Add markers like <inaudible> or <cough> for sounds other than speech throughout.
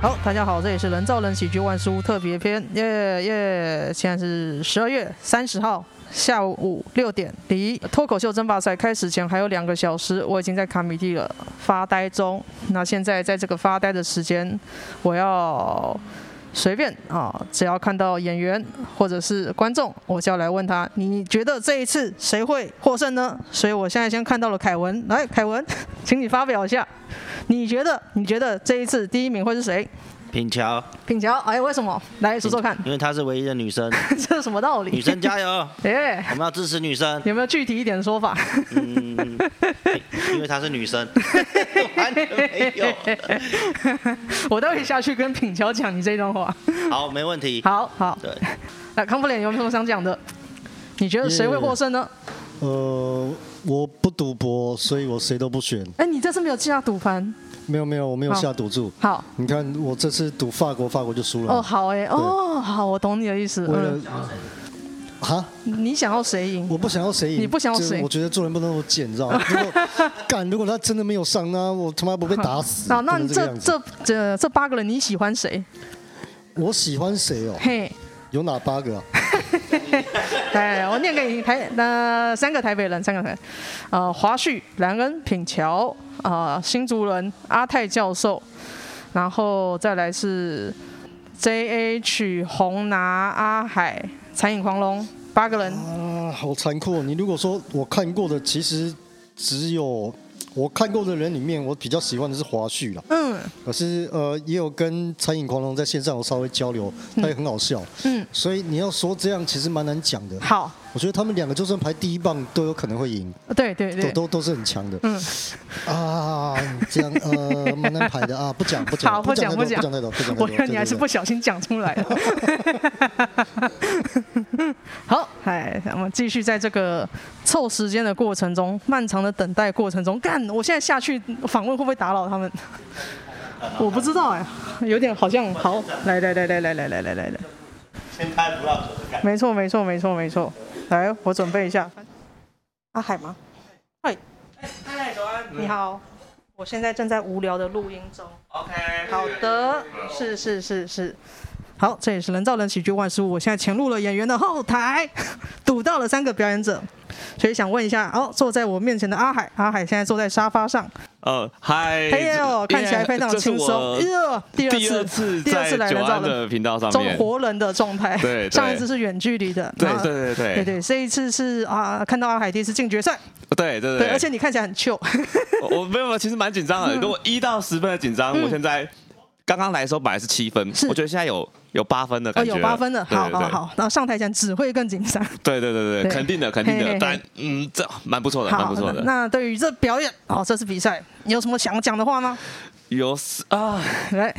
好，大家好，这里是人造人喜剧万书特别篇，耶耶！现在是十二月三十号下午六点，离脱口秀争霸赛开始前还有两个小时，我已经在卡米蒂了，发呆中。那现在在这个发呆的时间，我要随便啊，只要看到演员或者是观众，我就要来问他，你觉得这一次谁会获胜呢？所以我现在先看到了凯文，来，凯文，请你发表一下，你觉得你觉得这一次第一名会是谁？品乔，品乔，哎，为什么？来说说看，因为她是唯一的女生，这是什么道理？女生加油，哎，我们要支持女生， <laughs> 有没有具体一点的说法？嗯，因为她是女生， <laughs> 完全没有， <laughs> 我待会下去跟品乔讲你这段话。好，没问题，好好，对， <laughs> 那康普脸有没有什么想讲的？你觉得谁会获胜呢？呃，我不赌博，所以我谁都不选。哎，你这次没有下赌盘，没有没有，我没有好下赌注。好你看我这次赌法国，法国就输了。哦，好哎，哦好，我懂你的意思。为嗯，了哈，你想要谁赢？我不想要谁赢，你不想要这谁赢我觉得做人不能那么贱，你知道 <laughs> 吗？如果干，如果他真的没有上呢，那我他妈不被打死。好，那不能你这这个样子这这这八个人你喜欢谁？我喜欢谁哦？嘿，有哪八个啊？哎，我念给你台呃三个台北人，三个台，呃华旭、兰恩、品乔，啊、新竹人阿泰教授，然后再来是 J H 红拿阿海、残影狂龙八个人，啊，好残酷、哦！你如果说我看过的，其实只有我看过的人里面，我比较喜欢的是华旭啦。嗯，可是呃，也有跟餐饮狂龙在线上有稍微交流，他也很好笑。嗯所以你要说这样，其实蛮难讲的。好，我觉得他们两个就算排第一棒，都有可能会赢，对对哦都对，都都是很强的。嗯啊，这样呃，蛮难排的啊，不讲不好讲，不讲不不讲讲太多，不讲太多，不讲太多。我觉得你还是不对小心讲出来了。 <laughs> 好，哎，我们继续在这个凑时间的过程中，漫长的等待过程中，干，我现在下去访问会不会打扰他们？我不知道哎、有点好像好，来来来来来来来来来来，先开不要感，没错没错没错没错，来，我准备一下。阿海吗？太太早安你好，我现在正在无聊的录音中。 ，OK，好的，是是是是。好，这也是人造人喜剧万事屋。我现在潜入了演员的后台， <laughs> 堵到了三个表演者，所以想问一下，哦，坐在我面前的阿海，阿海现在坐在沙发上，呃，嗨，哎呦，这看起来非常这是轻松，我哎呦，第第二二次，次第二次在来九人造安人，的频道上中面，哦活人的状态， <laughs> 对对上一次是远距离的，对然后对对对对对，这一次是啊，看到阿海第一次进决赛，对对对，对，而且嗯你看起来很 Q，我我没有，其实蛮紧张的。如果一到十分的紧张，我现在刚刚来的时候本来是七分嗯是，我觉得现在有有八分的 <laughs> 哦，感觉，有八分的，对好对好好，然后上台前只会更紧张。对对对对对，肯定的肯定嘿嘿嘿的，但嗯，这蛮不错的，蛮好不错，的。那对于这表演，哦，这次比赛，你有什么想讲的话吗？有四啊， <laughs> 来，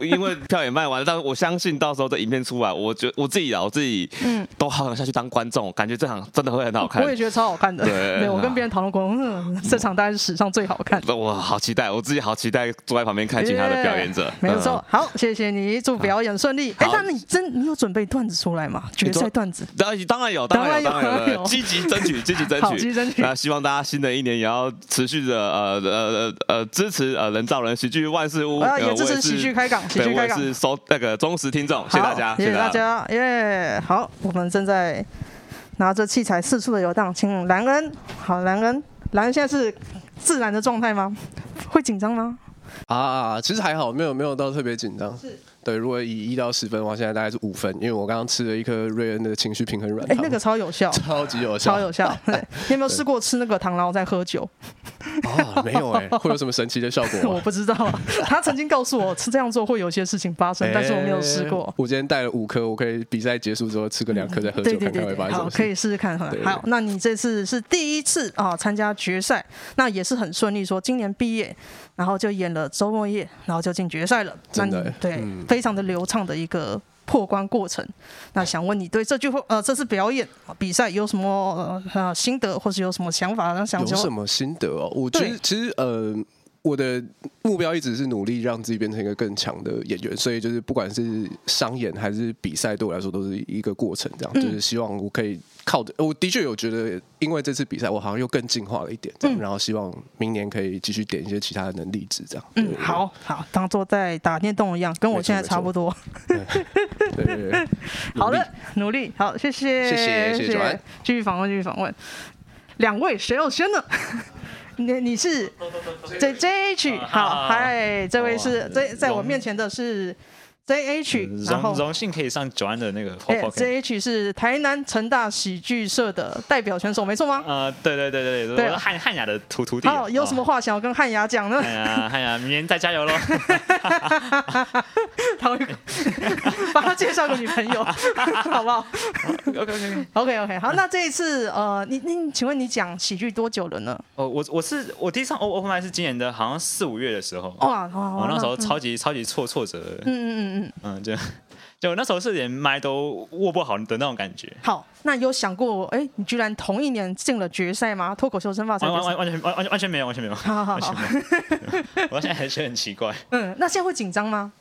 因为票也卖完了，但是我相信到时候这影片出来，我觉我自己啊，我自己嗯都好想下去当观众，感觉这场真的会很好看我。也觉得超好看的。对 <laughs> 我跟啊别人讨论过，嗯，这场大概是史上最好看。我好期待，我自己好期待坐在旁边看其他的表演者 <laughs> Yeah，。没有嗯错。好，谢谢你，祝表演顺利。哎，好那你真你有准备段子出来吗？决你说赛段子。当然当然有，当然有，当当然然有 <laughs> 当然有有，积极争取，积极争好取，积极争取那希望大家新的一年也要持续的呃呃呃呃支持呃人造人喜剧万事屋，啊，呃也支我持是喜剧开港，喜对剧我开也港。是收那个忠实听哎众，谢谢好，大家，谢谢大大。家，耶！好，我们正在拿着器材四处的游荡，请兰恩，好，兰恩，兰恩现在是自然的状态吗？会紧张吗？啊，其实还好，没有没有到特别紧张。是，对，如果以一到十分的话，现在大概是五分，因为我刚刚吃了一颗瑞恩的情绪平衡软哎糖，，那个超有效。超级有效，哎超有效。对你有没有试过吃那个糖，然后再喝酒？啊！没有哎、会有什么神奇的效果 <laughs> 我吗？不知道，他曾经告诉我吃这样做会有些事情发生，但是我没有试哎过。嗯我今天带了五颗，我可以比赛结束之后吃个两颗再喝对酒，对看看对会发生对，什好，么事。可以试试看哈对对。对好，那你这次是第一次啊参加决赛，那也是很顺利，说今年毕业，然后就演了周末夜，然后就进决赛了。那真你的对嗯非常的流畅的一个破关过程。那想问你对这句话呃这次表演啊比赛有什么呃呃心得，或是有什么想法？想有说什么心得哦？我觉对得其实呃，我的目标一直是努力让自己变成一个更强的演员，所以就是不管是商演还是比赛，对我来说都是一个过程。这样、嗯就是希望我可以靠着，呃我的确有觉得，因为这次比赛我好像又更进化了一点，这样、嗯然后希望明年可以继续点一些其他的能力值，这样。嗯，好好，当做在打电动一样，跟我没错现在差不多。对，对对对 <laughs> 好的，努力，好，谢谢，谢谢谢谢九安继续访问，继续访问。两位谁要先呢？ <laughs> 你 <laughs> 你是 J J H，好，啊嗨，这位是在在我面前的是 J H，荣然后荣幸可以上九安的那个 p 哎 o p ，J H 是台南成大喜剧社的代表选手，没错吗？呃，对对对对对对，我是汉汉雅的徒徒弟。好，有什么哦？话想要跟汉雅讲呢？哎呀， <laughs> 汉雅，明年再加油喽！他会把他 <laughs> 介绍个女朋 <laughs> 友，好不好 OK OK OK。 ？OK OK，好，那这一次呃，你你请问你讲喜剧多久了呢？哦，我我是我第一场 O O 麦是今年的，好像四五月的时候。哇哇，我哇那时候超级超级挫挫折，嗯嗯嗯嗯，嗯，就 <laughs> 就那时候是连麦都握不好的那种感觉，好，那有想过，哎，你居然同一年进了决赛吗？脱口秀争霸赛完完决赛完完全完完全完全没有，完全没有。好好好， <laughs> 我现在还觉得很奇怪，嗯，那现在会紧张吗？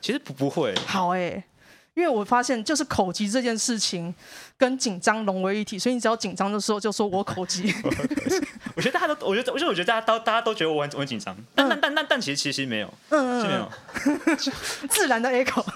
其实不不会，好哎、因为我发现就是口疾这件事情跟紧张融为一体，所以你只要紧张的时候就说我 <laughs> 口疾。我觉得大家都，我觉得，我觉得，我觉得大家都大家都觉得我很我很紧张，但但但但但其实其实没有，其嗯实没有嗯，，嗯，自然的 echo。啊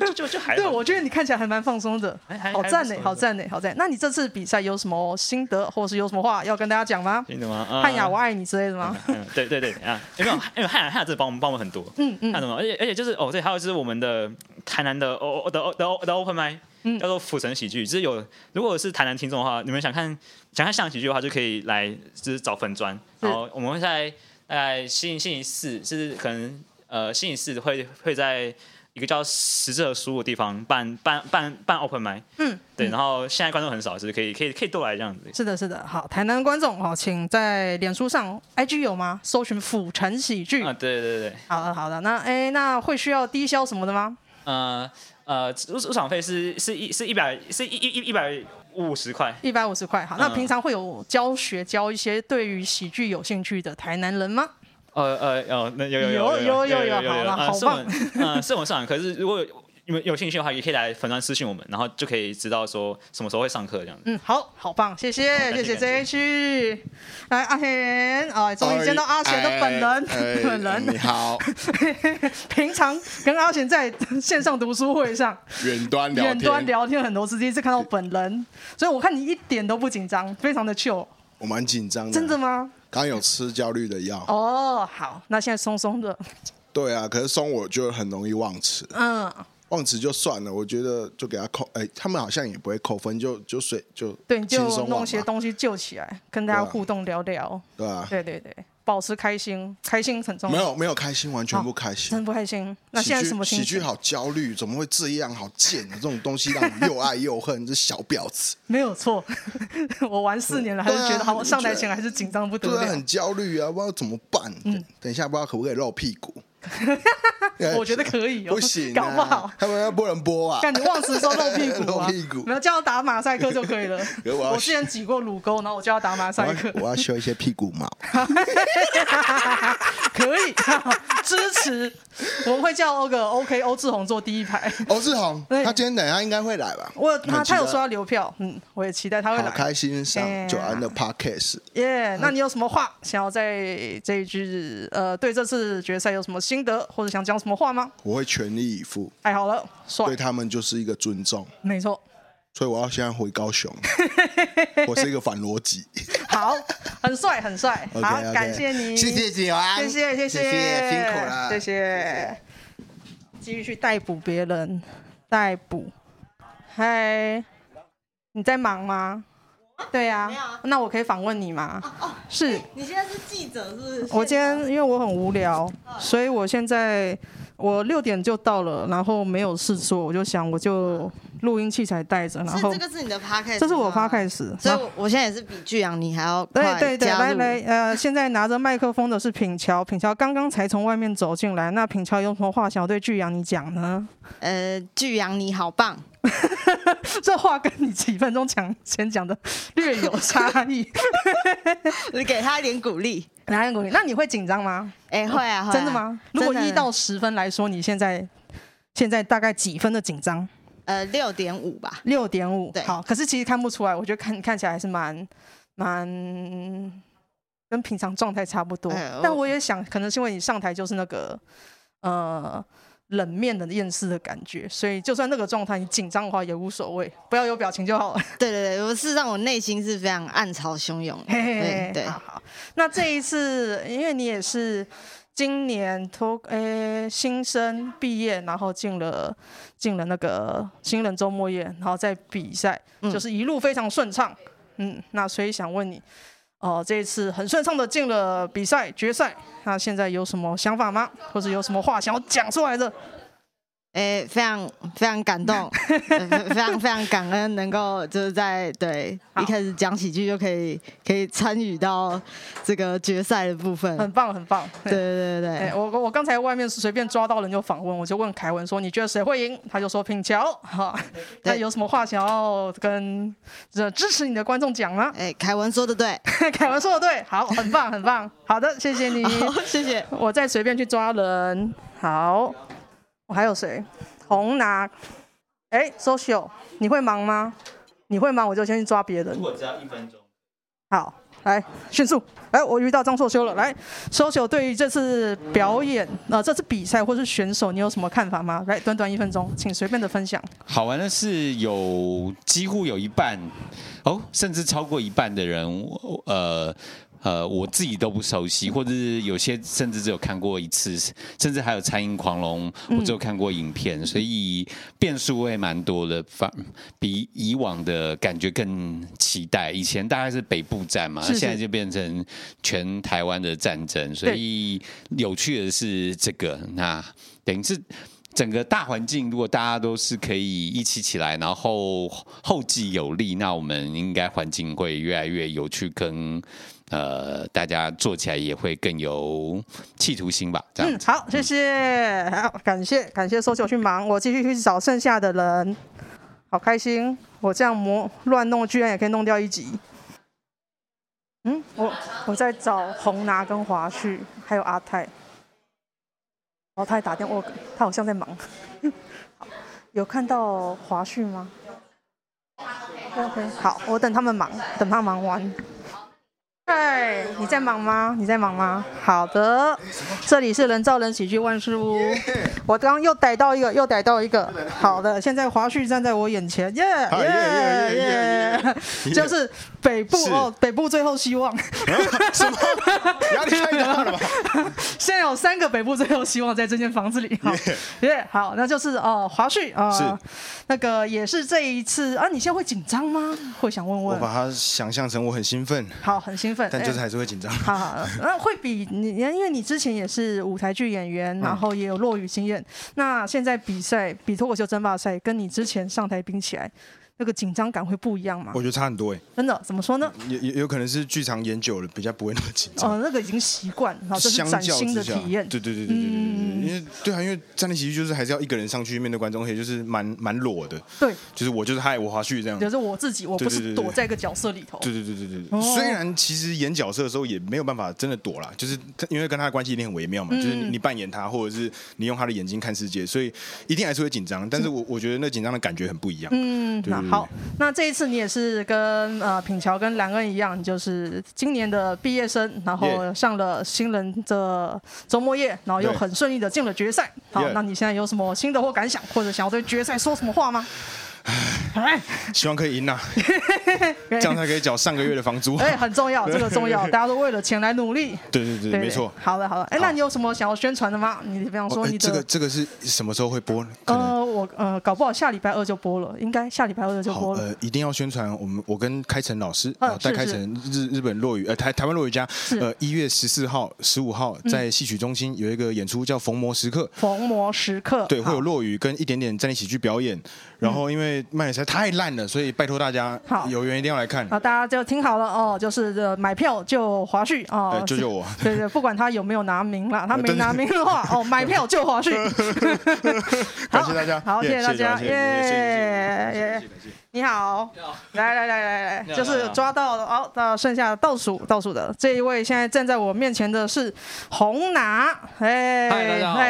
就就就还好 <laughs> 对，我觉得你看起来还蛮放松的还还，好还赞不呢，错好赞呢，好赞。那你这次比赛有什么心得，或是有什么话要跟大家讲吗？真的吗？啊汉雅，我爱你之类的吗？嗯，对对对啊，因为因为汉雅汉雅真的帮我们帮我们很多，嗯那嗯，什么，而且而且就是哦，对，还有就是我们的台南的哦哦的哦的哦的 open m i 叫做府城喜剧，就是有如果是台南听众的话，你们想看想看象喜剧的话，就可以来就是找粉砖，然后我们会在大概星星期四，就是可能呃星期四会会在一个叫十字河书的地方办办办办 open m i 嗯，对，然后现在观众很少，就是可以可以可以多来这样子。是的，是的。好，台南的观众好，请在脸书上、IG 有吗？搜寻府城喜剧。啊，对对对，好的，好的。那哎，那会需要低消什么的吗？呃呃，入入场费是是一是一百是一一一百五十块。一百五十块。好，那嗯平常会有教学教一些对于喜剧有兴趣的台南人吗？呃呃呃，那有有有有呃有有好了好棒 <laughs> 嗯，是我们上可是如果有你们有兴趣的话，也可以来粉专私信我们，然后就可以知道说什么时候会上课这样子。嗯，好好棒，谢谢感谢谢谢感 JH，来阿贤，哎，终于见到阿贤的本人，哎 <laughs> 本哎你人好，平常跟阿贤在线上读书会上 <laughs> 远端聊天，远端聊天很多次，第一次看到本人，所以我看你一点都不紧张，非常的 chill，我蛮紧张的，啊嗯真的？吗？刚有吃焦虑的药，哦，好，那现在松松的，对啊，可是松我就很容易忘词，嗯，忘词就算了，我觉得就给他扣，哎、他们好像也不会扣分，就就随就对，你就轻松弄忘些嘛，东西救起来，跟大家对啊互动聊聊，对啊，对对对，保持开心，开心很重要，没有没有开心，完全不开心。哦真不开心，那喜现在剧什么心喜剧情？好焦虑，怎么会这样？好贱！这种东西让我又爱又恨，这小婊子，没有错， <laughs> 我玩四年了，还是对啊觉得好，我上台觉得前还是紧张不得对啊，了嗯很。焦虑啊，不知道怎么办。等一下不知道可不可以露屁股？我觉得可以哦，哎不行、啊，搞不好。他们要不能播啊。干你忘词的时候露屁股 <laughs> 啊，露屁股没有叫他打马赛克就可以了。 <laughs> 可我要我之前挤过乳沟，然后我就要打马赛克，我要修一些屁股毛。 <laughs> 可以 <laughs> 支持。我们会叫那个 OK 欧志宏坐第一排。 <laughs> 欧志宏，对他今天等一下应该会来吧？我他很期他待有说要留票，嗯，我也期待他会好来。开心嗯哎上九安的 podcast。耶那你有什么话想要在这一句呃对这次决赛有什么心得，或者想讲什么话吗？我会全力以赴，哎，好了，帅对，他们就是一个尊重，没错。所以我要现在回高 <laughs> 雄。我是一个反逻辑。好，很帅，很帅。好 OK，OK 感谢你，谢谢九安，谢谢，谢谢谢，辛苦了，谢谢。继续去逮捕别人，逮捕。嗨，你在忙吗？对呀、没有啊那我可以访问你吗？哦，是你现在是记者是不是？我今天因为我很无聊，所以我现在我六点就到了，然后没有事做，我就想我就录音器材带着，然是后这个是你的 podcast，这是我发吗开始，所以我我现在也是比巨阳，你还要对快对对，加来入来，呃， <laughs> 现在拿着麦克风的是品乔，品乔刚刚才从外面走进来，那品乔有什么话想要对巨阳你讲呢？呃，巨阳你好棒， <laughs> 这话跟你几 <laughs> 分钟讲前讲的略有差异，你给他一点鼓励。 <laughs> 拿人鼓励。那你会紧张吗？哦哎、会啊，会啊真的吗？如果真的一到十分来说，你现在现在大概几分的紧张？呃六点五吧，六点五对。好，可是其实看不出来，我觉得看看起来还是蛮蛮跟平常状态差不多。哎但我我也想，可能是因为你上台就是那个呃冷面的厌世的感觉，所以就算那个状态你紧张的话也无所谓，不要有表情就好了。 <laughs> 对对对，我事实上我内心是非常暗潮汹涌的，嘿嘿嘿对对好好。那这一次，因为你也是今年脱诶、新生毕业，然后进了进了那个新人周末夜，然后再比赛，嗯就是一路非常顺畅。嗯，那所以想问你，哦、这一次很顺畅的进了比赛决赛，那现在有什么想法吗？或者有什么话想要讲出来的？哎、非常非常感动， <laughs> 呃非非常非常感恩能够就是在对好一开始讲喜剧就可以可以参与到这个决赛的部分，很棒，很棒。对对对对嗯哎、我我我刚才外面随便抓到人就访问，我就问凯文说：“你觉得谁会赢？”他就说：“品乔。”哈，那对有什么话想要跟这支持你的观众讲吗？哎、凯文说的对，凯文说的哦对，好，很棒，很棒。好的，谢谢你。 <laughs> 好，谢谢。我再随便去抓人。好，我还有谁？红拿。哎、s o c i a l 你会忙吗？你会忙，我就先去抓别人如。果只要一分钟，好，来迅速，来我遇到张硕修了，来，硕修对于这次表演，呃，这次比赛或是选手，你有什么看法吗？来，短短一分钟，请随便的分享。好玩的是有几乎有一半哦，甚至超过一半的人，我呃呃，我自己都不熟悉，或者是有些甚至只有看过一次，甚至还有《餐饮狂龙》，嗯我只有看过影片，所以变数会蛮多的，反比以往的感觉更期待。以前大概是北部站嘛，是是现在就变成全台湾的战争，所以有趣的是这个那。等于是整个大环境，如果大家都是可以一起起来，然后后继有力，那我们应该环境会越来越有趣跟。呃，大家做起来也会更有企图心吧，这样嗯，好，谢谢，好，感谢感谢硕修去忙，我继续去找剩下的人，好开心，我这样磨乱弄，居然也可以弄掉一集。嗯，我我在找红拿跟华旭，还有阿泰。哦，他还打电话，我他好像在忙。 <laughs> 好有看到华旭吗？OK，好，我等他们忙，等他忙完。嗨，你在忙吗？你在忙吗？好的，这里是人造人喜剧万事屋。我刚刚又逮到一个，又逮到一个。好的，现在华旭站在我眼前，耶啊耶耶耶耶耶， <laughs> 就是北部是哦，北部最后希望。 <laughs> 什么？压力太大了吧？现在有三个北部最后希望在这间房子里。好，耶、好，那就是哦，华旭啊，呃那个也是这一次啊，你现在会紧张吗？会想问我问。把它想象成我很兴奋，好，很兴奋，但就是哎还是会紧张。好好，好那会比你，因为你之前也是舞台剧演员，嗯然后也有落语经验。那现在比赛，比脱口秀争霸赛，跟你之前上台比起来，那个紧张感会不一样吗我？觉得差很多哎，真的，怎么说呢？有有有可能是剧场演久了，比较不会那么紧张。哦，那个已经习惯，然后这是相崭较新的之下体验。嗯对对对对对对对对，因为对啊，因为站立喜剧就是还是要一个人上去面对观众，而且就是蛮蛮裸的，对，就是我就是嗨，我华旭这样。就对是我哦自己，我不对对对是对躲在一个角色里头。对对对对对，虽然其实演角色的时候也没有办法真的躲啦，就是 <laughs> 因为跟他的关系一定很微妙嘛，就是嗯你扮演他，或者是你用他的眼睛看世界，所以一定还是会紧张。但是我我觉得那紧张的感觉很不一样。嗯，那好，那这一次你也是跟呃品乔跟兰恩一样，你就是今年的毕业生，然后 Yeah 上了新人的周末夜，然后又对很顺利的进了决赛。好 Yeah 那你现在有什么心得或感想，或者想要对决赛说什么话吗？哎，希望可以赢啦、 <laughs> 这样才可以缴上个月的房租。哎，很重要，这个 <laughs> 重要，大家都为了钱来努力。对对对，对没错。好的，好的。哎，那你有什么想要宣传的吗？你比方哦说哎你这个的。这个是什么时候会播呢？可能呃，我呃，搞不好下礼拜二就播了，应该下礼拜二就好播了。呃，一定要宣传我们我跟开成老师，嗯啊，戴是开是成日日本落语呃台台湾落语家，呃一月十四号、十五号在戏曲中心有一个演出叫《逢魔时刻》，嗯逢魔时刻，对，会好嗯有落雨跟一点点站立喜剧表演。然后因为卖的实在太烂了，所以拜托大家好有缘一定要来看。啊，大家就听好了哦，就是这买票救华旭哦，哎救救我 <laughs> 对对，不管他有没有拿名 <laughs> 啦，他没拿名的话，哦，买票救 <laughs> 华旭。感谢大家好，好，耶谢谢大家，谢谢耶耶。你好，来来来来你来，好就是你好抓到了哦，那剩下倒数倒数的这一位，现在站在我面前的是红拿，哎，嗨，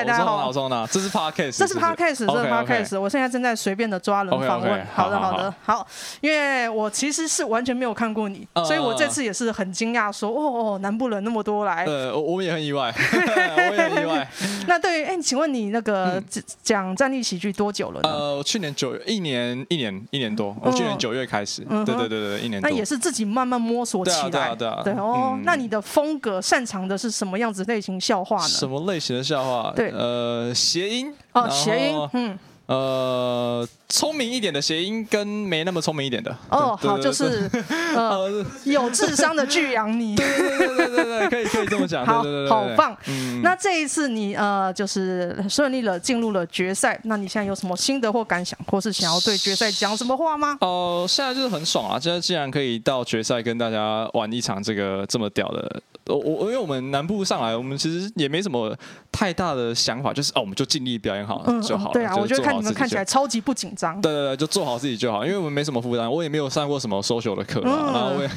大家好，我是洪嗨老松呢，这是 podcast，这是 podcast，这是 podcast，我现在正在随便的抓人访问 OK，OK，。好的，好好好的，好，因为我其实是完全没有看过你，嗯所以我这次也是很惊讶，说哦哦，南部人那么多来。呃，我我们也很意外， <laughs> 我也很意 <laughs> 外。那对于哎，请问你那嗯个讲站立喜剧多久了呢？呃，我去年九月，一年一年一年多，哦我去年九月开始，嗯嗯哼对对对对，一年那多。也是自己慢慢摸索起来。对啊对啊对啊哦，嗯那你的风格擅长的是什么样子类型笑话呢？什么类型的笑话？对呃，谐音。哦，然后谐音，嗯，呃，聪明一点的谐音跟没那么聪明一点的。哦，对好，就是 <laughs> 呃，有智商的巨阳你。对对对对对，可以可以这么 <laughs> 讲。好啊对对对对好对棒嗯，那这一次你呃，就是顺利了进入了决赛，那你现在有什么心得或感想，或是想要对决赛讲什么话吗？哦、现在就是很爽啊！现在既然可以到决赛跟大家玩一场这个这么屌的，我我因为我们南部上来，我们其实也没什么太大的想法，就是哦，我们就尽力表演好嗯，就好了。对啊，就我觉得做看好你自们己看起就来超级不紧张。对对对，就做好自己就好，因为我们没什么负担，我也没有上过什么 social 的课、啊，嗯然后我也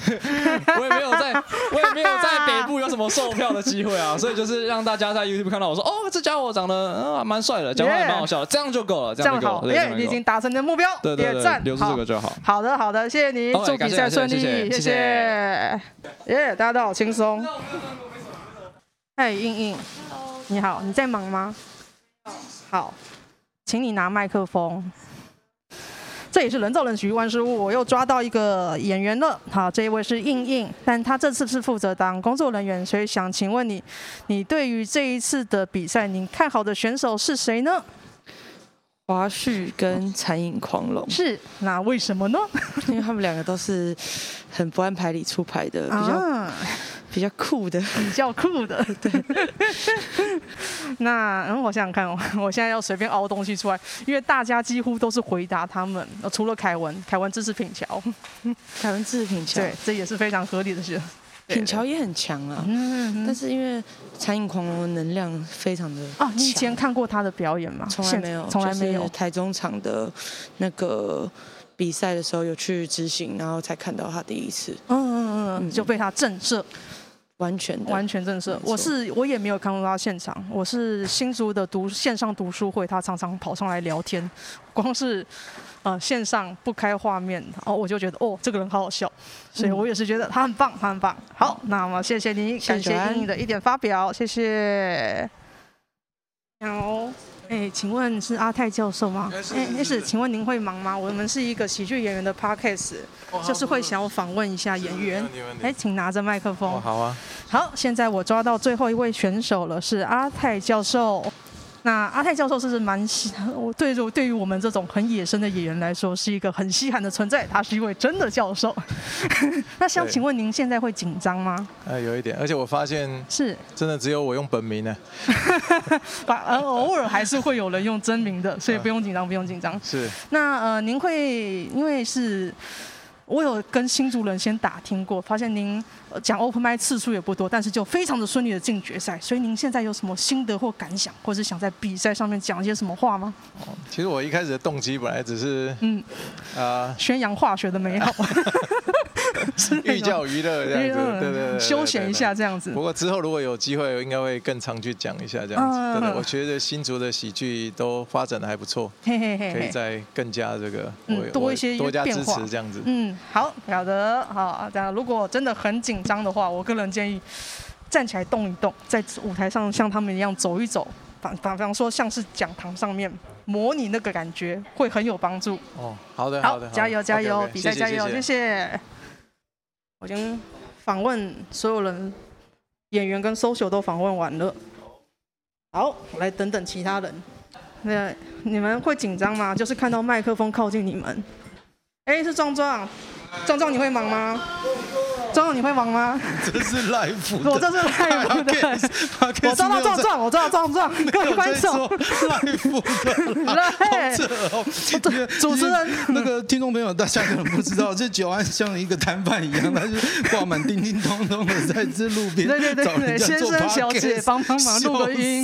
我也没有在 <laughs> 我也没有在北部有什么售票的机会啊，所以就是让大家在 YouTube 看到我说，哦，这家伙长得啊蛮帅的，讲话也蛮好笑的，啊这样就够了，这样样就够好，了，因对这为样你就已够了经达成你的目标，对对点对，赞，留住好这个就好。好的，好的，谢谢你， OK，祝比感谢赛顺感谢利，谢谢谢谢耶大家都好轻松。哎，硬硬，你好，你在忙吗？好，请你拿麦克风。这也是人造人局万事屋，我又抓到一个演员了。好，这一位是硬硬，但他这次是负责当工作人员，所以想请问你，你对于这一次的比赛，你看好的选手是谁呢？花絮跟残影狂龙是，那为什么呢？ <laughs> 因为他们两个都是很不按牌理出牌的，比较、啊比较酷的，比较 <laughs> 酷的，对。那嗯，我想想看，哦， <laughs> 我现在要随便凹东西出来，因为大家几乎都是回答他们，呃除了凯文，凯文支持品乔，台湾制品桥，对，这也是非常合理的事。品桥也很强嗯啊，但是因为残影狂龙的能量非常的哦，你以前看过他的表演吗？从来现没有，从来没就有是。台中场的呃那个比赛的时候有去执行，然后才看到他第一 <laughs> 次，嗯嗯嗯，就被他震慑，完全的完全震慑。我是我也没有看过他现场，我是新竹的读线上读书会，他常常跑上来聊天， <laughs> 光是呃线上不开画面，哦，我就觉得哦这个人好好笑，所以嗯我也是觉得他很棒，他很棒。好，那么谢谢你，感谢小安英英的一点发表，谢谢。好，哎，请问是阿泰教授吗？哎，那是，请问您会忙吗？我们是一个喜剧演员的 podcast，就是会想要访哦问一下演员。哎，请拿着麦克风。好啊，哦好，现在我抓到最后一位选手了，是阿泰教授。那阿泰教授是不是蛮稀，我对于对于我们这种很野生的演员来说，是一个很稀罕的存在。他是一位真的教 <laughs> 授。那想对请问您现在会紧张吗？呃，有一点，而且我发现是真的只有我用本名呢，把呃偶尔还是会有人用真名的，所以不用紧张，不用紧张。是那呃，您会因为是。我有跟新竹人先打听过，发现您呃讲 open mic 次数也不多，但是就非常的顺利的进决赛，所以您现在有什么心得或感想，或是想在比赛上面讲一些什么话吗？其实我一开始的动机本来只是嗯， <laughs> 啊、宣扬化学的美好， <laughs> 寓教于乐这样子，嗯对对对对，休闲一下这样子对对不过之后如果有机会，我应该会更常去讲一下这样子。嗯对嗯对，我觉得新竹的喜剧都发展的还不错，嘿嘿嘿嘿可以再更加这个，我嗯，多一些我多加变支化持这样子。嗯，好，好的，好，这样如果真的很紧张的话，我个人建议站起来动一动，在舞台上像他们一样走一走，反反方说像是讲堂上面模拟那个感觉，会很有帮助。哦，好的好的，，加油加油， OK，OK，比赛谢谢加油，谢谢 <laughs> 谢。我已经访问所有人，演员跟 social 都访问完了。好，我来等等其他人。那你们会紧张吗？就是看到麦克风靠近你们。哎、是壮壮，壮壮你会忙吗？壮壮你会忙吗？这是赖福的，我这是赖福的 Podcast 我抓到壮壮，我抓到壮壮， <laughs> 各位观众，赖福的 <laughs> 啦，赖好扯哦！主持人，那个听众朋友，大家可能不知道，这九安像一个摊贩一样，他就挂 <laughs> 满叮叮咚咚的在这路边对对对找人对，家先做生小 podcast 姐帮帮忙录个音。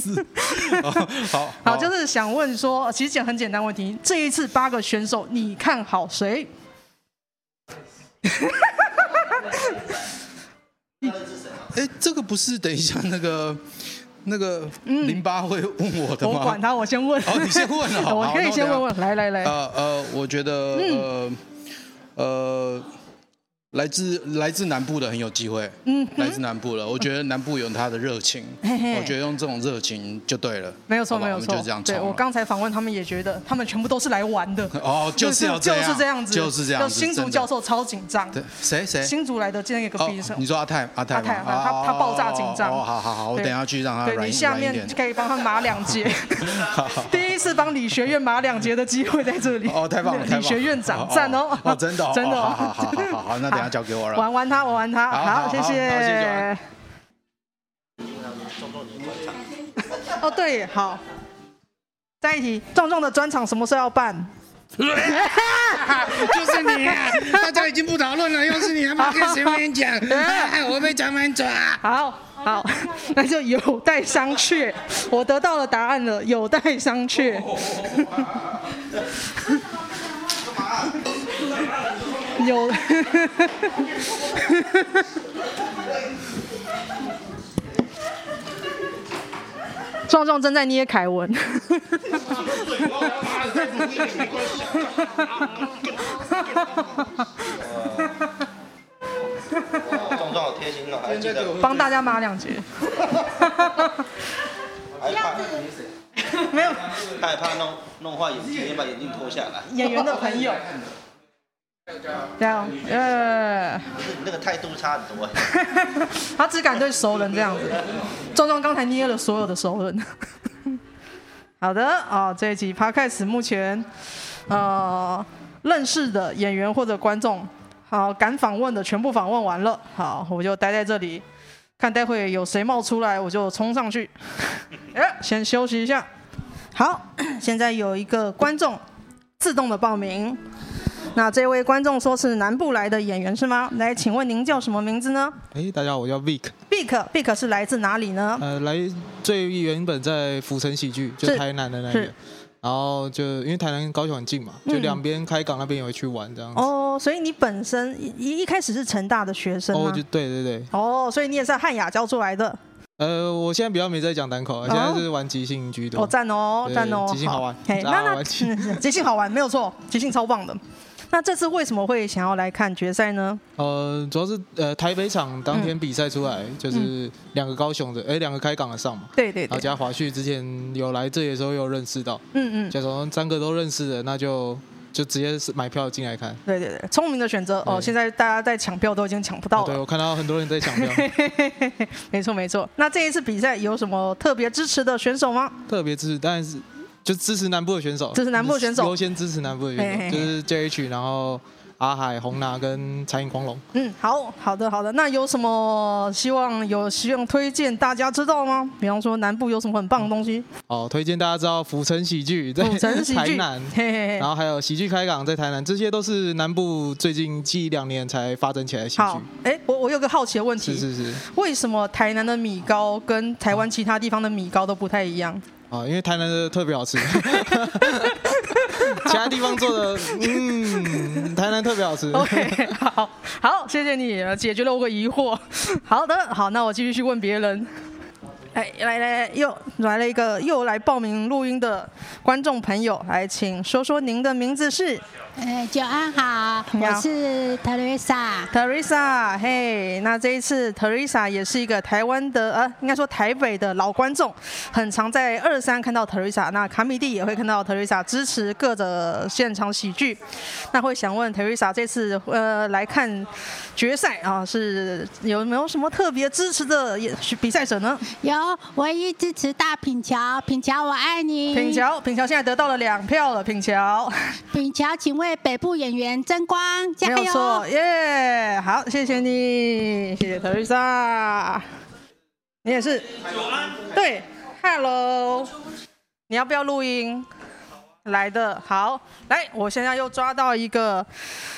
哦好好，就是想问说，其实简很简单问题，这一次八个选手，你看好谁？哎，这个不是等一下那个那个零八会问我的吗？嗯我管他，我先问。哦你先问哦 <laughs> 好我可以先问问，那来来来，呃呃，我觉得嗯呃呃，来自来自南部的很有机会，嗯哼来自南部的，我觉得南部有他的热情，嘿嘿我觉得用这种热情就对了，没有错好不好没有我们错就这样，对冲我了刚才访问他们也觉得，他们全部都是来玩的。哦就是要 <laughs> 就这样是这样子，就是这样子新真竹的教授超紧张，对谁谁新竹来的那个哦毕业生，你说阿泰阿泰阿泰吗啊阿泰他他爆炸紧张哦，好好好，我对等一下去让他对软你一下软一面点。可以帮他码两 <laughs> 节， <laughs> 第一次帮理学院码两节的机会在这里。哦，太棒了！太棒了理学院哦长赞哦，哦，真的哦， <laughs> 真的哦，好好好好好好，那等一下交给我了。 <laughs> 玩玩他，玩玩他，好好好谢好谢谢谢。哦，对，好。再一题，壮壮的专场什么时候 <laughs> 要办？就是你 <laughs> 啊！大家已经不讨论了，又是你，还啊不跟谁面讲？哎，我被讲满嘴啊！好好，那就有待商榷。我得到了答案了，有待商 <laughs> 榷。有。壮壮正在捏凯文。壮壮好贴心哦，还记得 <laughs> 帮大家码两节。害怕，没有害怕弄弄坏眼睛，先把眼镜脱下来。演员的 <laughs> 朋友，这样，啊呃，不是你那个态度差很多哎。 <laughs> 他只敢对熟人这样子。壮壮刚才捏了所有的熟人。 <laughs> 好的，啊、这一集 podcast 目前，呃，认识的演员或者观众，好，敢访问的全部访问完了，好，我就待在这里，看待会有谁冒出来，我就冲上去。 <laughs> 哎，先休息一下。好，现在有一个观众自动的报名。那这位观众说是南部来的演员是吗？来，请问您叫什么名字呢哎，大家好，我叫 Vic， ？Bick Bick 是来自哪里呢？呃，来最原本在府城喜剧，就是台南的那是边，然后就因为台南跟高雄很近嘛，就嗯两边开港那边也会去玩这样子。哦，所以你本身一一一开始是成大的学生吗哦就？对对对，哦，所以你也是汉雅教出来的，呃，我现在比较没在讲单口，现在是玩即兴居多。哦，赞哦，对赞哦，即兴好玩，嘿，大那家那 <laughs> 玩即兴 <laughs> 嗯即兴好玩，没有错，即兴超棒的。那这次为什么会想要来看决赛呢？呃，主要是呃台北场当天比赛出来，就是两个高雄的，哎，两个开港的上嘛。嗯对对然后对，加华旭之前有来这里的时候有认识到，嗯嗯假如三个都认识的，那就就直接是买票进来看。对对对，聪明的选择哦。现在大家在抢票都已经抢不到哦对了，我看到很多人在抢票， <laughs> 没错没错。那这一次比赛有什么特别支持的选手吗？特别支持，当然是就支持南部的选手，支持南部的选手优先支持南部的选手，嘿嘿就嘿是 JH，然后阿海、红拿跟残影狂龙。嗯，好好的好的，那有什么希望有希望推荐大家知道吗？比方说南部有什么很棒的东 <laughs> 西？哦，推荐大家知道府城喜剧在古城喜 <laughs> 台剧，南，嘿嘿嘿然后还有喜剧开港在台南，这些都是南部最近近一两年才发展起来的喜好剧。，哎，我我有个好奇的问题，是 <laughs> 是是，为什么台南的米糕跟台湾其他地方的米糕都不太一样？啊、因为台南的特别 <laughs> 好吃，其他地方做的，嗯，台南特别好吃。哦 OK，好好，谢谢你呃解决了我个疑惑。 <laughs> 好的，好，那我继续去问别人。哎，来来来，又来了一个又来报名录音的观众朋友，来，请说说您的名字是？呃，久安好，你好我是 Teresa。 Teresa，嘿，那这一次 Teresa 也是一个台湾的，呃，应该说台北的老观众，很常在二三看到 Teresa，那卡米蒂也会看到 Teresa 支持各的现场喜剧。那会想问 Teresa 这次呃来看决赛啊，是有没有什么特别支持的也比赛者呢？有，唯一支持大品乔，品乔我爱你。品乔，品乔现在得到了两票了，品乔。品乔，请为北部演员争光，加没油！有错，耶、好，谢谢你，谢谢 Teresa，你也是，对，Hello，你要不要录音？来的好，来，我现在又抓到一个，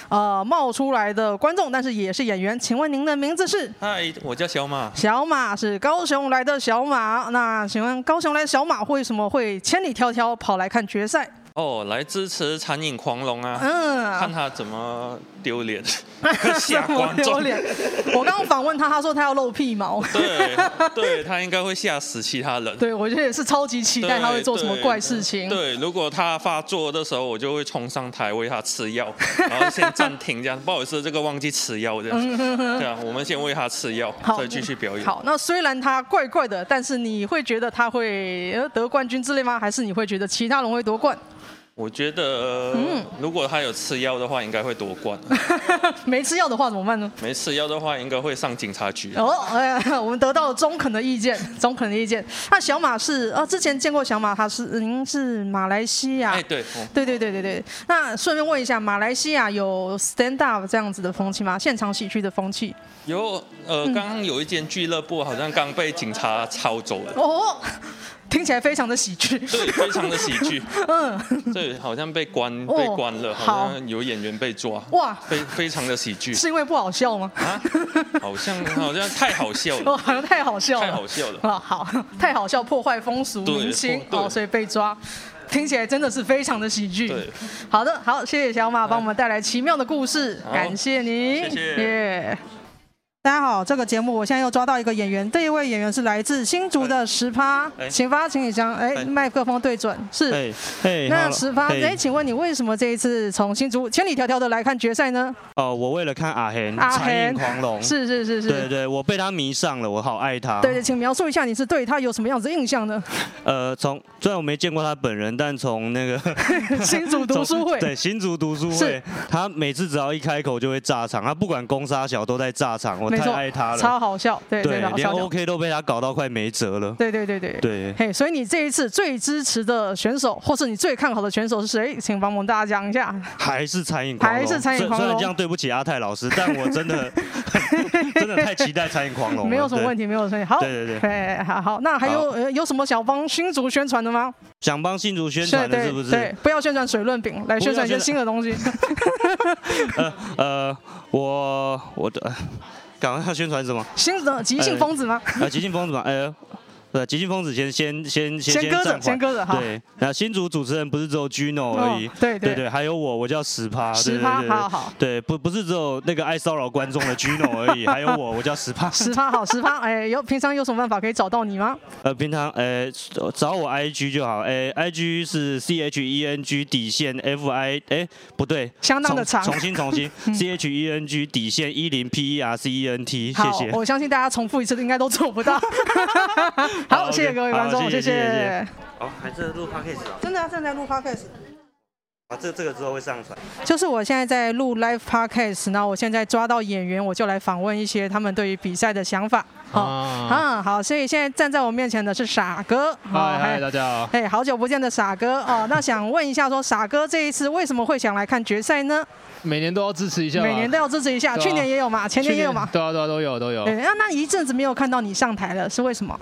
呃，冒出来的观众，但是也是演员，请问您的名字是？嗨，我叫小马。小马是高雄来的小马，那请问高雄来的小马为什么会千里迢迢跑来看 <laughs> 决赛？ <laughs> 哦，来支持残影狂龙啊！嗯 <laughs> 看他怎么丢脸。什么榴莲？ <laughs> 我刚刚访问他，他说他要露屁毛。对，对他应该会吓死其他人。对，我觉得也是超级期待他会做什么怪事情。对，如果他发作的时候，我就会冲上台喂他吃 <laughs> 药，然后先暂停这样，不好意思，这个忘记吃药这嗯样。哼哼对啊，我们先喂他吃药，好再继续表演。好，那虽然他怪怪的，但是你会觉得他会呃得冠军之类吗？还是你会觉得其他人会夺冠？ <laughs> 我觉得，嗯如果他有吃药的话，应该会夺冠；啊没吃药的话怎么办呢？没吃药的话，应该会上警察局。哦，哎，我们得到了中肯的意见，中肯的意见。那小马是呃，之前见过小马，他是您是马来西亚，哎，对，哦对对对对对。那顺便问一下，马来西亚有 stand up 这样子的风气吗？现场喜剧的风气？有呃，刚刚有一间俱乐部好像刚被警察抄走了，哦，听起来非常的喜剧。对，非常的喜剧。 <laughs> 嗯，对，好像被关哦被关了，好好像有演员被抓。哇非非常的喜剧，是因为不好笑啊吗？好像好像太好笑哦，了，好像太好笑了，太好笑了 <laughs> 啊，好，太好笑，破坏风俗对民情，对哦，所以被抓。听起来真的是非常的喜剧对。好的，好，谢谢小马帮我们带来奇妙的故事，好感谢谢您，谢耶大家好，这个节目我现在又抓到一个演员，这一位演员是来自新竹的十趴，哎请发行李箱，哎，哎麦克风对准，是。哎哎，那 hello，十趴，嘿哎，请问你为什么这一次从新竹千里迢迢的来看决赛呢？哦，我为了看阿黑阿残黑影狂龙，是是是是对对，我被他迷上了，我好爱他。对对，请描述一下你是对他有什么样子的印象呢？呃，从虽然我没见过他本人，但从那个 <laughs> 新竹读书会 <laughs> 从对新竹读书会是，他每次只要一开口就会炸场，他不管攻杀小都在炸场，我没太错，爱他了，超好笑，对对对，好连笑。 OK 都被他搞到快没辙了。对对对对对嘿，所以你这一次最支持的选手，或是你最看好的选手是谁？请帮我们大家讲一下。还是残影狂龙，还是残影虽狂龙虽然这样对不起阿泰老师，但我真的 <laughs> 真的太期待残影狂龙了。 <laughs> 没有什么对问题，没有什么问题。好，对对对哎好好，那还有好呃有什么想帮新竹宣传的吗？想帮新竹宣传的对是不是？对，不要宣传水论饼，来不宣要传一宣传些新的 <laughs> 东西。呃呃，我我的，呃赶快要宣传什么？新的即兴疯子吗？呃， <laughs> 极尽疯子嘛，呃。呃，极尽疯子先先先先搁着暂缓先搁着好对，那新竹主持人不是只有 Gino 而已，哦对对对还有我，我叫十趴，对十对趴对好好对，不不是只有那个爱骚扰观众的 Gino 而 <laughs> 已，还有我，我叫十趴。 <laughs> 十趴好，十趴，哎，有平常有什么办法可以找到你吗？呃，平常呃找我 IG 就好，呃 IG 是 C H E N G 底线 F I，哎不对，相当的重长嗯重新 <laughs> 重新 C H E N G 底线一零 P E R C E N T，谢好谢，。我相信大家重复一次应该都做不到。 <laughs> 好， OK，谢谢各位观众，好谢谢谢谢谢。哦，还是录 podcast 啊？真的啊，正在录 podcast。啊，这这个之后会上传。就是我现在在录 live podcast，那我现在抓到演员，我就来访问一些他们对于比赛的想法。好、啊嗯，好，所以现在站在我面前的是傻哥，嗨还嗨，大家好。哎，好久不见的傻哥 <laughs> 哦，那想问一下说，傻哥这一次为什么会想来看决赛呢？每年都要支持一下嘛，每年都要支持一下，对啊去年也有嘛，前年也有嘛去。对啊对啊都有都有对，，哎那那一阵子没有看到你上台了，是为什么？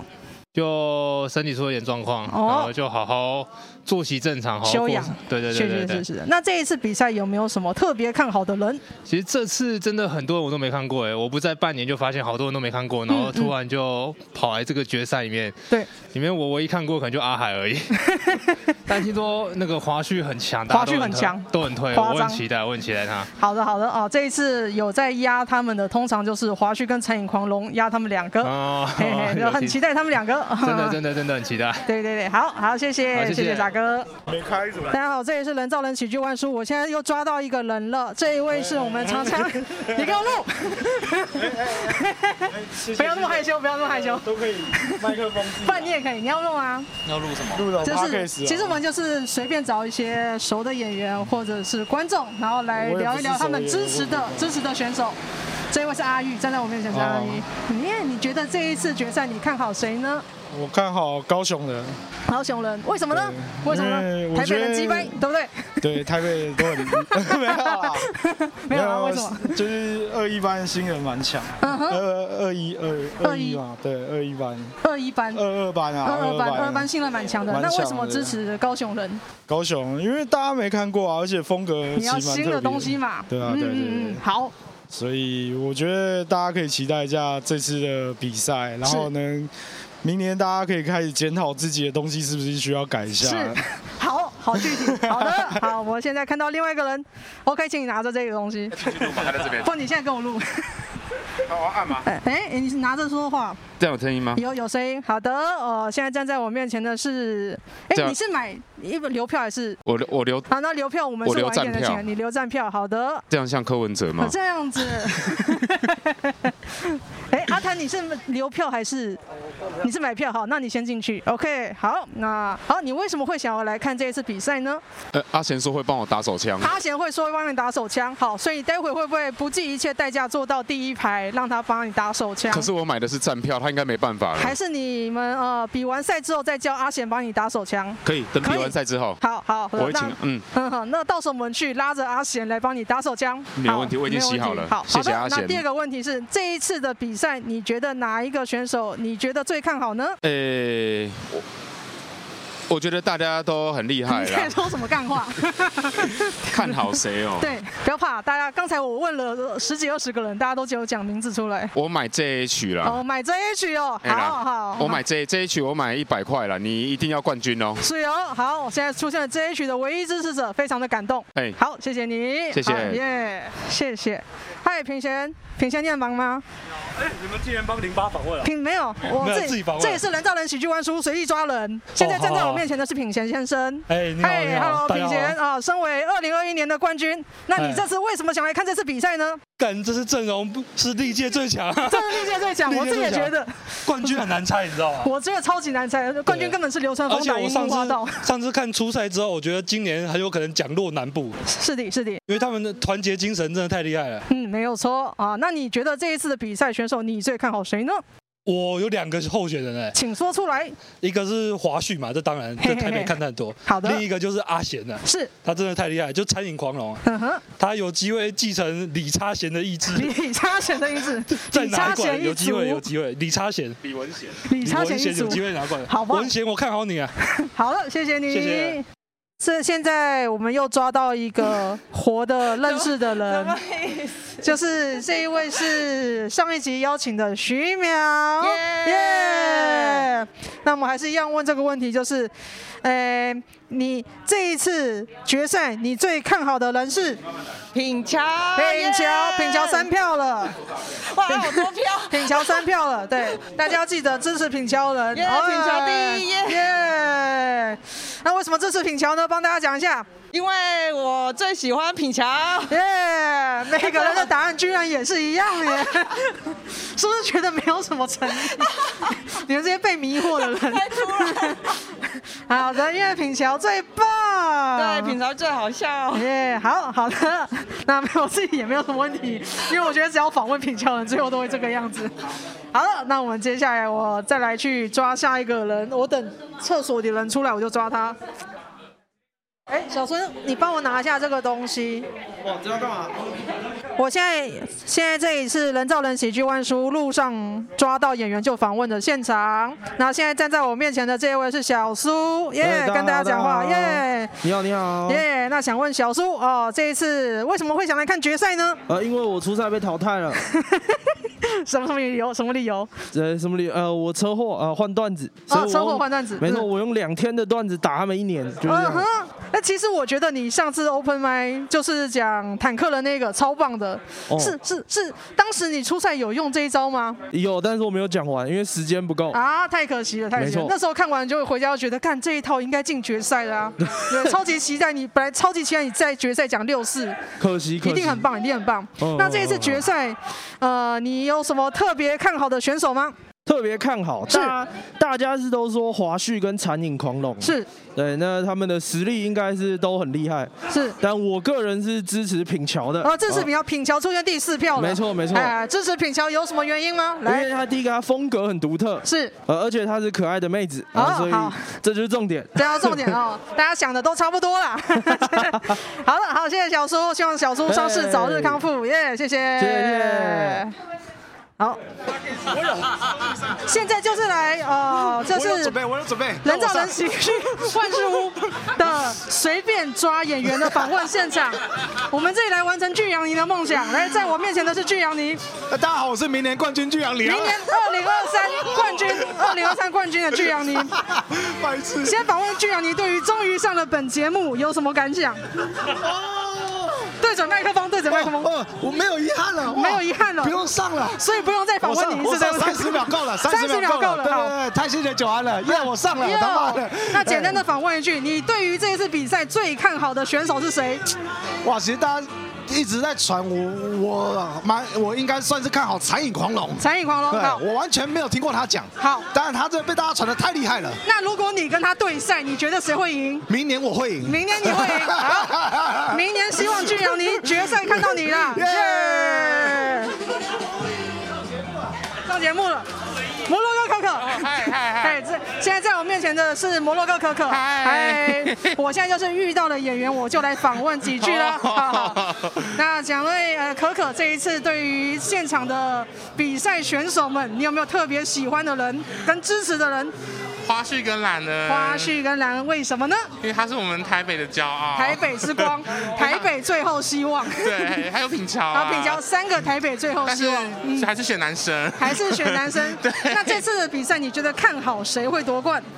就身体出了点状况，然哦后就好好作息正常，好好修过养对对是对是对对，是是。那这一次比赛有没有什么特别看好的人？其实这次真的很多人我都没看过哎，我不在半年就发现好多人都没看过，然后突然就跑来这个决赛里面。嗯对，里面我唯一看过可能就阿海 <laughs> 而已。但听说那个华旭很强，华大家旭都很推强都很推，夸我张很期待，我很期待他。好的，好的哦，这一次有在压他们的，通常就是华旭跟残影狂龙压他们两个，哦嘿 <laughs> 嘿，然后很期待他们两个，真 <laughs> 的真的真的很期待。啊对对对，好好，谢谢好谢谢谢傻哥。没开大家好，这里是人造人喜剧万书，我现在又抓到一个人了，这一位是我们常 <laughs> 常，你给我 <laughs> 哎录，不要那么害羞，不要那么害羞，都可以，麦克风，不然你也可以，你要录啊。要录什么？就是，啊啊其实我们就是随便找一些熟的演员或者是观众，然后来我也不聊是一聊他们支持的熟演支持的选手。这位是阿玉，站在我面前是哦阿玉。你你觉得这一次决赛你看好谁呢？我看好高雄 <laughs> 人，高雄人，为什么呢？对为什么呢因为？我台北人觉得击败，对 <laughs> 不对？对台北都很没有啦， <laughs> 没有啊为什么？嗯就是二一班新人蛮强，二二一二二一嘛，对二一班二一班二二班啊，二二班，二二班新信呃任蛮强的。蛮那强的为什么支持高雄人？高雄，因为大家没看过啊，而且风格你要其实蛮新特的别东西嘛。对啊嗯对对嗯对嗯，。好。所以我觉得大家可以期待一下这次的比赛，然后 <laughs> 呢，明年大家可以开始检讨自己的东西是不是需要改一下。是，好，好具体。好的，好，我现在看到另外一个人，OK，请你拿着这个东西。继续录吧，他在这 <laughs> 边。不，你现在跟我录。 <laughs> 好，我要按啊吗？哎、哎，你是拿着说话，这样有声音吗？有有声音。好的，呃，现在站在我面前的是，哎、这样你是买一个流票还是？啊我留我留好，那流票我们我是留晚一点的站票钱，你留站票。好的，这样像柯文哲吗？哦这样 <laughs> 子。哎、阿谭，你是留票还是你是买票？好，那你先进去。OK，好，那好，你为什么会想要来看这一次比赛呢？呃，阿贤说会帮我打手枪，阿贤会说外面打手枪，好，所以待会会不会不计一切代价坐到第一排，让他帮你打手枪？可是我买的是站票，他应该没办法还了。是你们呃比完赛之后再叫阿贤帮你打手枪？可以等比完赛之后，好好，我会请那嗯嗯好， <laughs> 那到时候我们去拉着阿贤来帮你打手枪。没有问题好我已经没有洗好问题了好，谢谢好的阿那贤第二个问题是，这一次的比赛，你觉得哪一个选手你觉得最看好呢？诶、呃我我觉得大家都很厉害你在 <laughs> 啦，说什么干话？看好谁 <laughs> 哦、对，不要怕，大家刚才我问了十几二十个人，大家都只有讲名字出来。我买 JH 啦。哦，买 JH 哦，啊哎啦好好，我买 J J H，我买一百块了，你一定要冠军哦。是哦，好，现在出现了 JH 的唯一支持者，非常的感动。哎好，谢谢你，谢谢好耶、谢谢。嗨，品贤，品贤你很忙吗？哎，你们竟然帮零八访问了？品没有，我呃没有这自己啊访问这也是人造人喜剧玩书随意抓人。现在站在我面前的是品贤先生。哎，你好，嗨你好， ，Hello，大家品贤好。啊，身为二零二一年的冠军，那你哎这次为什么想来看这次比赛呢？干，这是阵容不是历届最强，啊 <laughs> 这是历届最强，我自己也觉得，冠军很难猜，你知道吗？我觉得超级难猜，冠军根本是流川而枫且打我樱上木花道。次上次看初赛之后，我觉得今年很有可能奖落南部，是的，是的，因为他们的团结精神真的太厉害了。嗯，没有错啊。那你觉得这一次的比赛选手，你最看好谁呢？我有两个候选人哎，请说出来。一个是华旭嘛，这当然这嘿嘿台北嘿看太多。好的另一个就是阿贤呐、是他真的太厉害，就餐饮狂龙啊，嗯 <laughs> 哼，他有机会继承李差贤的意志。李差贤的意 <laughs> 思，再李拿差一冠，贤有一机族会，，有机会。李差贤，李文贤，李差文贤一贤族有机会拿冠。好吧文贤，我看好你啊。好了，谢谢你。谢谢是现在我们又抓到一个活的认识的人， <laughs> 就是这一位是上一集邀请的徐淼，耶！那我们还是一样问这个问题，就是，呃，你这一次决赛你最看好的人是品乔，品乔，品乔三票了，哇，好多票，品乔三票了，对，大家要记得支持品乔人，耶哎品乔第一耶耶！那为什么支持品乔呢？帮大家讲一下。因为我最喜欢品乔，耶、每个人的答案居然也是一样耶， <laughs> 是不是觉得没有什么诚意？ <laughs> 你们这些被迷惑的 <laughs> 人，好的，因为品乔最棒，对，品乔最好笑。耶、好好的，那没有我自己也没有什么问题，因为我觉得只要访问品乔人，最后都会这个样子。好了，那我们接下来我再来去抓下一个人，我等厕所里人出来我就抓他。哎、小孙，你帮我拿一下这个东西。哇，这要干嘛？我现在现在这里是人造人喜剧万书路上抓到演员就访问的现场，然后现在站在我面前的这一位是小苏，耶、哎跟大家讲话，好耶你好，你好。耶。那想问小苏哦，这一次为什么会想来看决赛呢？ <laughs> 呃，因为我初赛被淘汰了， <laughs> 什么什么理由？什么理由？呃，什么理？呃，我车祸，呃，换段子。哦所以我用车祸换段子没错，嗯我用两天的段子打他们一年，就是这嗯样。哼，那其实我觉得你上次 open mic 就是讲坦克的那个超棒的，哦是是是，当时你初赛有用这一招吗？有，但是我没有讲完，因为时间不够。啊，太可惜了，太可惜哦了没错。那时候看完就会回家，就觉得干这一套应该进决赛了 <laughs> 啊，对，超级期待你，本来超级期待你在决赛讲六四，可惜，可惜。一定很。棒，一定很棒哦。那这一次决赛，呃，你有什么特别看好的选手吗？特别看好，大大家是都说华旭跟残影狂龙是，对，那他们的实力应该是都很厉害，是。但我个人是支持品乔的，啊，支持品乔，品乔出现第四票了，呃没错没错哎，支持品乔有什么原因吗？因为来，她第一个她风格很独特，是，呃，而且她是可爱的妹子，哦啊，所以好这就是重点。这要重 <laughs> 点哦，大家想的都差不多啦。好了，好，谢谢小苏，希哎望呃小苏伤势早日康复，耶，谢谢，谢谢好。现在就是来呃，这我有是准备，我有准备，人造人喜剧万事屋的随便抓演员的访问现场，我们这里来完成巨阳尼的梦想。来，在我面前的是巨阳尼，大家好，我是明年冠军巨阳尼。明年二零二三冠军，二零二三冠军的巨阳尼。先访问巨阳尼对于终于上了本节目有什么感想？对准麦克风，对准麦克风。哦，我没有遗憾了，没有遗憾了，不用上了，所以不用再访问你一我次，对上不对？三十秒够了，三三十十秒够够了，对好对对，太谢谢九安了，耶，我上了，哟他妈的。那简单的访问一句，你对于这一次比赛最看好的选手是谁？哇，其实大家一直在传我，我蛮啊我应该算是看好残影狂龙，残影狂龙对好，我完全没有听过他讲。好，当然他这被大家传的太厉害了。那如果你跟他对赛，你觉得谁会赢？明年我会赢，明年你会赢，好，明年希望巨阳尼决赛看到你 <laughs> 啦，耶！上节目了。摩洛哥可可，哦嗨嗨 <laughs> 嗨！这现在在我面前的是摩洛哥可可，嗨！我现在就是遇到了演员，我就来访问几 <laughs> 句 <laughs> 哦啦。好好那蒋瑞呃可可这一次对于现场的比赛选手们，你有没有特别喜欢的人跟支持的人？花絮跟懒人，花絮跟兰恩为什么呢？因为他是我们台北的骄傲，台北之 <laughs> 光，台北最后希望。对，还有品桥、然啊，后品桥三个台北最后但希是望，嗯还是选男生，。还是选男生对，那这次的比赛，你觉得看好谁会夺冠？ <laughs>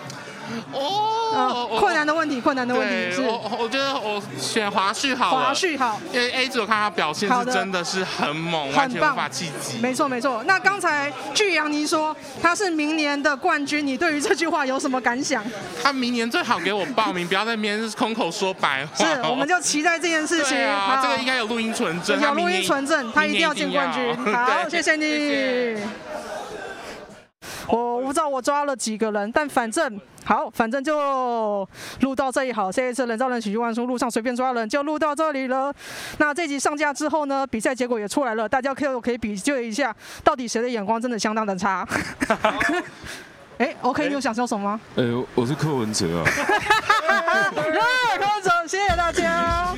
哦呃困难的问题，困难的问题对，是。我我觉得我选华旭好了，华旭好，因为 A 组我看他表现好是的真的是很猛，完很全棒无法企及。没错没错。那刚才巨阳尼说他是明年的冠军，你对于这句话有什么感想？他明年最好给我报名，不要在那边空口说白话。是，我们就期待这件事情。对啊，好这个应该有录音存证，有他明录年音存证，他一定要进冠军。明年一定要好， <laughs> 对谢谢你。我不知道我抓了几个人，但反正好，反正就录到这里好。这一次人造人喜剧万书路上随便抓人就录到这里了。那这集上架之后呢，比赛结果也出来了，大家可以可以比对一下，到底谁的眼光真的相当的 <laughs> 差。哎、o k 你有想说什么吗？呃，我是柯文哲啊。 <laughs> <laughs> 热空走，谢谢大家。